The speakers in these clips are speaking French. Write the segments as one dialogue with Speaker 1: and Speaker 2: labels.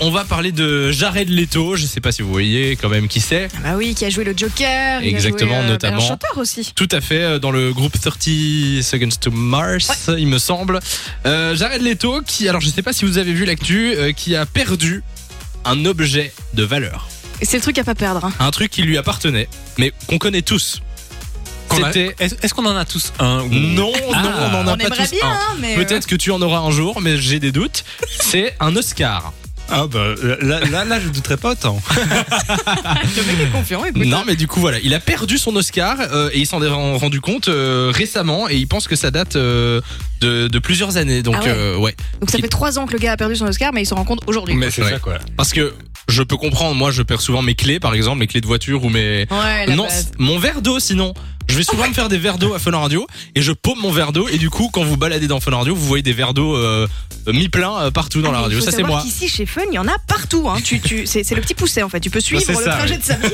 Speaker 1: on va parler de Jared Leto. Je sais pas si vous voyez quand même qui c'est.
Speaker 2: Ah bah oui, qui a joué le Joker. il a
Speaker 1: Exactement,
Speaker 2: joué, euh,
Speaker 1: notamment.
Speaker 2: Un chanteur aussi.
Speaker 1: Tout à fait, euh, dans le groupe 30 Seconds to Mars, il me semble. Euh, Jared Leto, qui, alors je sais pas si vous avez vu l'actu, euh, qui a perdu un objet de valeur.
Speaker 2: Et C'est le truc à pas perdre. hein.
Speaker 1: Un truc qui lui appartenait, mais qu'on connaît tous.
Speaker 3: Qu'on a-
Speaker 1: C'était.
Speaker 3: Est-ce est-ce qu'on en a tous un ou-
Speaker 1: Non,
Speaker 3: Ah.
Speaker 1: non, on en a
Speaker 2: On
Speaker 1: pas
Speaker 2: aimerait
Speaker 1: tous
Speaker 2: bien,
Speaker 1: un.
Speaker 2: hein, mais. euh,
Speaker 1: Peut-être que tu en auras un jour, mais j'ai des doutes. C'est un Oscar.
Speaker 3: Ah bah là, là, là, je douterais pas tant.
Speaker 2: Le mec est confiant, écoute.
Speaker 1: Non, mais du coup, voilà. Il a perdu son Oscar euh, et il s'en est ren- rendu compte euh, récemment et il pense que ça date euh, de, de plusieurs années. Donc,
Speaker 2: Ah ouais.
Speaker 1: euh, ouais.
Speaker 2: Donc ça
Speaker 1: il-
Speaker 2: fait trois ans que le gars a perdu son Oscar, mais il se rend compte aujourd'hui.
Speaker 3: Mais c'est
Speaker 1: Ouais.
Speaker 3: ça quoi.
Speaker 1: Parce que je peux comprendre, moi, je perds souvent mes clés, par exemple, mes clés de voiture ou mes.
Speaker 2: Ouais, la
Speaker 1: Non,
Speaker 2: base.
Speaker 1: c'est- mon verre d'eau, sinon. Je vais souvent me faire des verres d'eau à Fun Radio et je paume mon verre d'eau. Et du coup, quand vous baladez dans Fun Radio, vous voyez des verres d'eau euh, mi-plein euh, partout dans
Speaker 2: Ah,
Speaker 1: la
Speaker 2: mais
Speaker 1: radio.
Speaker 2: il
Speaker 1: Ça,
Speaker 2: faut
Speaker 1: c'est
Speaker 2: savoir
Speaker 1: moi.
Speaker 2: qu'ici, chez Fun, il y en a partout. Hein. Tu, tu, c'est c'est le petit poucet, en fait. Tu peux suivre
Speaker 1: Bah, c'est
Speaker 2: le
Speaker 1: ça,
Speaker 2: trajet
Speaker 1: ouais.
Speaker 2: de sa vie.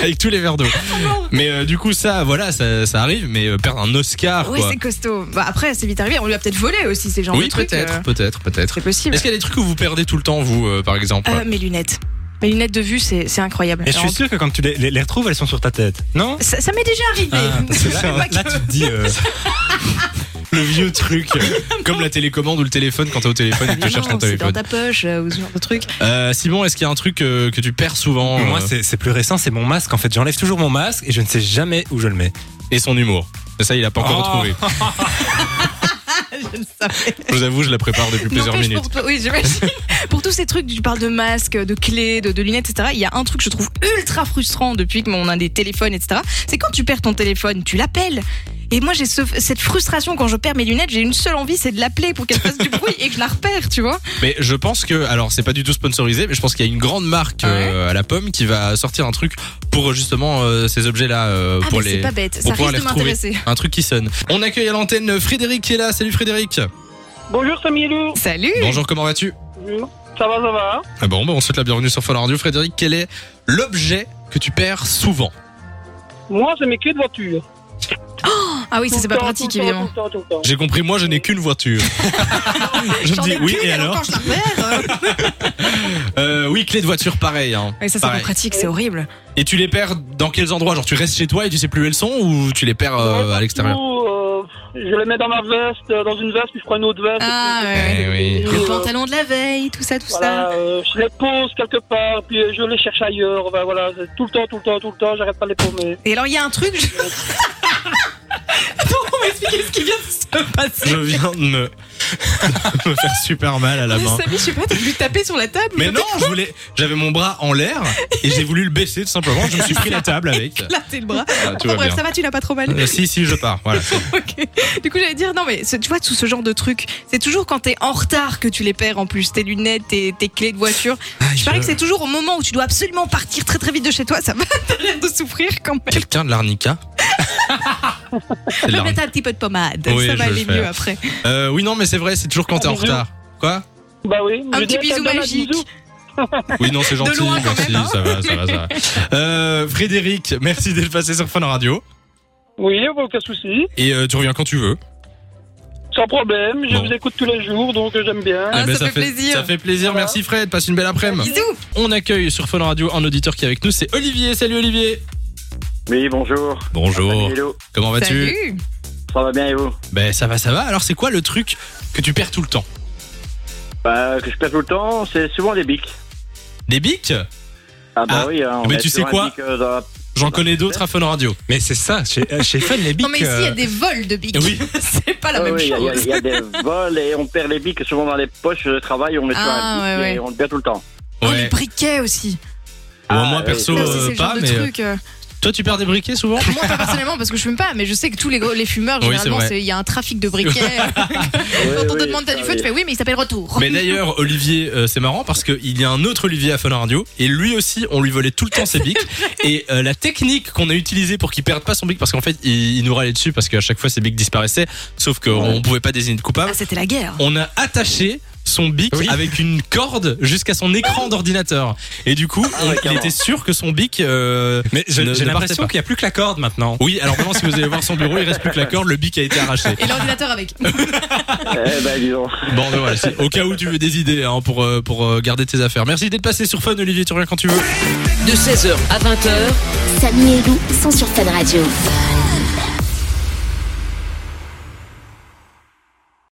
Speaker 1: avec tous les verres d'eau.
Speaker 2: Ah
Speaker 1: mais euh, du coup, ça, voilà, ça, ça arrive, mais euh, perdre un Oscar,
Speaker 2: Oui,
Speaker 1: quoi.
Speaker 2: c'est costaud. Bah, après, c'est vite arrivé. On lui a peut-être volé aussi, ces genres
Speaker 1: Oui,
Speaker 2: de trucs.
Speaker 1: peut-être,
Speaker 2: euh,
Speaker 1: peut-être, peut-être.
Speaker 2: C'est possible.
Speaker 1: Est-ce qu'il y a des trucs que vous perdez tout le temps, vous, euh, par exemple
Speaker 2: Euh, mes lunettes. Mes lunettes de vue, c'est c'est incroyable.
Speaker 3: Et je suis
Speaker 2: Alors,
Speaker 3: sûr que quand tu les, les- les retrouves, elles sont sur ta tête. Non
Speaker 2: ça ça m'est déjà
Speaker 3: Ah,
Speaker 2: arrivé.
Speaker 3: parce que là, là, tu te dis. euh,
Speaker 1: Le vieux truc, euh, comme la télécommande ou le téléphone quand t'es au téléphone et que tu cherches ton
Speaker 2: Non, c'est
Speaker 1: téléphone.
Speaker 2: dans ta poche euh, ou ce genre de truc.
Speaker 1: Euh, Simon, est-ce qu'il y a un truc euh, que tu perds souvent
Speaker 3: Moi,
Speaker 1: euh,
Speaker 3: c'est c'est plus récent, c'est mon masque. En fait, j'enlève toujours mon masque et je ne sais jamais où je le mets.
Speaker 1: Et son humour. Ça, il a pas encore
Speaker 3: Oh.
Speaker 1: retrouvé. Je vous avoue, je la prépare depuis plusieurs
Speaker 2: N'empêche,
Speaker 1: minutes.
Speaker 2: Pour, toi- oui, j'imagine. pour tous ces trucs, tu parles de masques, de clés, de, de lunettes, etc. Il y a un truc que je trouve ultra frustrant depuis que mon- on a des téléphones, etc. C'est quand tu perds ton téléphone, tu l'appelles. Et moi, j'ai ce- cette frustration quand je perds mes lunettes. J'ai une seule envie, c'est de l'appeler pour qu'elle fasse du bruit et que je la repère, tu vois.
Speaker 1: Mais je pense que, alors c'est pas du tout sponsorisé, mais je pense qu'il y a une grande marque euh, à la pomme qui va sortir un truc pour justement euh, ces objets-là, euh,
Speaker 2: Ah,
Speaker 1: pour
Speaker 2: mais c'est
Speaker 1: les,
Speaker 2: pas bête.
Speaker 1: pour
Speaker 2: Ça
Speaker 1: pouvoir
Speaker 2: risque
Speaker 1: les
Speaker 2: de
Speaker 1: retrouver.
Speaker 2: m'intéresser.
Speaker 1: Un truc qui sonne. On accueille à l'antenne Frédéric qui est là. Salut Frédéric.
Speaker 4: Bonjour Samy et Lou.
Speaker 2: Salut.
Speaker 1: Bonjour, comment vas-tu
Speaker 4: Ça va, ça va. hein
Speaker 1: Ah bon, bah on souhaite la bienvenue sur Fun Radio. Frédéric, quel est l'objet que tu perds souvent
Speaker 4: Moi, c'est mes clés de voiture.
Speaker 2: Ah oui, ça
Speaker 4: Tout
Speaker 2: c'est
Speaker 4: le
Speaker 2: pas
Speaker 4: temps,
Speaker 2: pratique
Speaker 4: tout le temps,
Speaker 2: évidemment.
Speaker 4: tout le temps, tout le temps.
Speaker 1: J'ai compris, moi je n'ai qu'une voiture. je me
Speaker 2: J'en
Speaker 1: dis
Speaker 2: ai
Speaker 1: oui,
Speaker 2: qu'une,
Speaker 1: et alors
Speaker 2: quand je la perds, euh,
Speaker 1: Euh, Oui, clé de voiture, pareil. hein.
Speaker 2: ouais, ça c'est pas
Speaker 1: Pareil.
Speaker 2: pratique, c'est horrible.
Speaker 1: Et tu les perds dans quels endroits Genre tu restes chez toi et tu sais plus où elles sont ou tu les perds euh, à l'extérieur
Speaker 4: Ou, euh, je les mets dans ma veste, euh, dans une veste, puis je prends une autre veste.
Speaker 2: Ah
Speaker 4: et
Speaker 2: ouais.
Speaker 1: Eh oui.
Speaker 4: puis,
Speaker 2: Le
Speaker 4: euh,
Speaker 2: pantalon de la veille, tout ça, tout ça.
Speaker 4: Voilà, euh, je les pose quelque part, puis euh, je les cherche ailleurs. Ben, voilà, c'est tout le temps, tout le temps, tout le temps, j'arrête pas de les paumer.
Speaker 2: Et alors, il y a un truc. Je... Attends, on va expliquer ce qui vient de se passer.
Speaker 1: Je viens de me... de me faire super mal à la main.
Speaker 2: Samy, je sais pas, t'as voulu taper sur la table
Speaker 1: Mais non, je voulais, j'avais mon bras en l'air et j'ai voulu le baisser tout simplement. Je me suis pris la table avec.
Speaker 2: Là, t'es le bras.
Speaker 1: Ah, tout
Speaker 2: Enfin,
Speaker 1: va
Speaker 2: bref,
Speaker 1: bien.
Speaker 2: ça va, tu l'as pas trop mal.
Speaker 1: Euh, si, si, je pars. Voilà.
Speaker 2: Ok. Du coup, j'allais dire, non, mais ce- tu vois, tout ce genre de truc, c'est toujours quand t'es en retard que tu les perds en plus. Tes lunettes, tes, tes clés de voiture.
Speaker 1: Ah,
Speaker 2: je parie que c'est toujours au moment où tu dois absolument partir très très vite de chez toi. Ça va, t'as l'air de souffrir quand même.
Speaker 1: Quelqu'un de l'arnica C'est de
Speaker 2: Je vais
Speaker 1: l'arnica.
Speaker 2: mettre un petit peu de pommade.
Speaker 1: Oui,
Speaker 2: ça va
Speaker 1: je vais
Speaker 2: aller
Speaker 1: le faire.
Speaker 2: mieux après.
Speaker 1: Euh, oui, non, Ah, mais c'est vrai, c'est toujours quand t'es en
Speaker 4: Bisous.
Speaker 1: retard. Quoi
Speaker 4: Bah oui.
Speaker 2: Un
Speaker 4: je
Speaker 2: petit
Speaker 4: dis,
Speaker 2: bisou
Speaker 4: donne un
Speaker 2: magique.
Speaker 4: bisou.
Speaker 1: Oui, non, c'est gentil.
Speaker 2: loin, quand
Speaker 1: merci,
Speaker 2: même, hein.
Speaker 1: ça va, ça va, ça va. Euh, Frédéric, merci d'être passé sur Fun Radio.
Speaker 4: Oui, bah, aucun souci.
Speaker 1: Et euh, tu reviens quand tu veux.
Speaker 4: Sans problème, je
Speaker 1: Bon.
Speaker 4: vous écoute tous les jours, donc euh, j'aime bien.
Speaker 2: Ah,
Speaker 1: Eh ben,
Speaker 2: ça fait plaisir.
Speaker 1: Ça fait plaisir.
Speaker 4: Voilà.
Speaker 1: Merci Fred. Passe une belle après-midi.
Speaker 2: Bisous.
Speaker 1: On accueille sur Fun Radio un auditeur qui est avec nous. C'est Olivier. Salut Olivier.
Speaker 5: Oui, bonjour.
Speaker 1: Bonjour.
Speaker 5: Hello.
Speaker 1: Comment vas-tu
Speaker 2: Salut.
Speaker 5: Ça va bien et vous
Speaker 1: Ben ça va, ça va. Alors c'est quoi le truc que tu perds tout le temps
Speaker 5: Bah, que je perds tout le temps, c'est souvent les bics.
Speaker 1: Des bics
Speaker 5: Ah bah
Speaker 1: Ah.
Speaker 5: oui, hein, on
Speaker 1: Mais
Speaker 5: met
Speaker 1: tu sais
Speaker 5: toujours un
Speaker 1: quoi
Speaker 5: bic, euh, dans la-
Speaker 2: Bah,
Speaker 1: J'en connais d'autres à Fun Radio.
Speaker 3: Mais c'est ça, chez, euh, chez Fun, les bics.
Speaker 2: Non, mais ici, il y a
Speaker 3: euh,
Speaker 2: des vols de bics.
Speaker 1: Oui.
Speaker 2: c'est pas la
Speaker 5: Ouais,
Speaker 2: même
Speaker 5: ouais, Il y a- il y, a-
Speaker 2: chose.
Speaker 5: il y a des vols et on perd les bics souvent dans les poches de travail, on met toujours
Speaker 2: Ah,
Speaker 5: un bic
Speaker 2: ouais, ouais.
Speaker 5: et on le perd tout le temps.
Speaker 2: Oh,
Speaker 1: Ouais.
Speaker 2: les briquets aussi.
Speaker 1: Bon,
Speaker 5: Ah,
Speaker 1: moi
Speaker 5: oui.
Speaker 1: perso,
Speaker 2: Ça
Speaker 1: euh,
Speaker 2: aussi, c'est le genre
Speaker 1: pas.
Speaker 2: de
Speaker 1: Mais
Speaker 2: truc. euh,
Speaker 1: toi tu perds des briquets souvent
Speaker 2: Moi, pas personnellement, parce que je fume pas, mais je sais que tous les, gros- les fumeurs,
Speaker 1: Oui, c'est
Speaker 2: généralement,
Speaker 1: vrai.
Speaker 2: c'est- il y a un trafic de briquets. Quand
Speaker 5: Oui,
Speaker 2: on te
Speaker 5: oui,
Speaker 2: demande t'as du
Speaker 5: ça,
Speaker 2: feu,
Speaker 5: oui.
Speaker 2: tu fais oui, mais il s'appelle retour.
Speaker 1: Mais d'ailleurs, Olivier, euh, c'est marrant parce qu'il y a un autre Olivier à Fun Radio et lui aussi, on lui volait tout le temps ses bics. et euh, la technique qu'on a utilisée pour qu'il perde pas son bic, parce qu'en fait, il, il nous râlait dessus parce qu'à chaque fois ses bics disparaissaient, sauf qu'on pouvait pas désigner de coupable.
Speaker 2: Ah, c'était la guerre.
Speaker 1: On a attaché son bic
Speaker 3: Oui.
Speaker 1: avec une corde jusqu'à son écran d'ordinateur. Et du coup,
Speaker 5: Ah ouais,
Speaker 1: on- il
Speaker 5: carrément.
Speaker 1: était sûr que son bic. euh,
Speaker 3: Mais je-
Speaker 1: Ne-
Speaker 3: j'ai
Speaker 1: ne partez
Speaker 3: l'impression
Speaker 1: pas.
Speaker 3: qu'il n'y a plus que la corde maintenant.
Speaker 1: Oui, alors maintenant, si vous allez voir son bureau, il reste plus que la corde, le bic a été arraché.
Speaker 2: Et l'ordinateur avec.
Speaker 5: Eh ben, dis donc.
Speaker 1: Bon, ben voilà, c'est au cas où tu veux des idées hein, pour, euh, pour euh, garder tes affaires. Merci d'être passé sur Fun, Olivier, tu reviens quand tu veux.
Speaker 6: De 16h à 20h,
Speaker 7: Samy et Lou sont sur Fun Radio.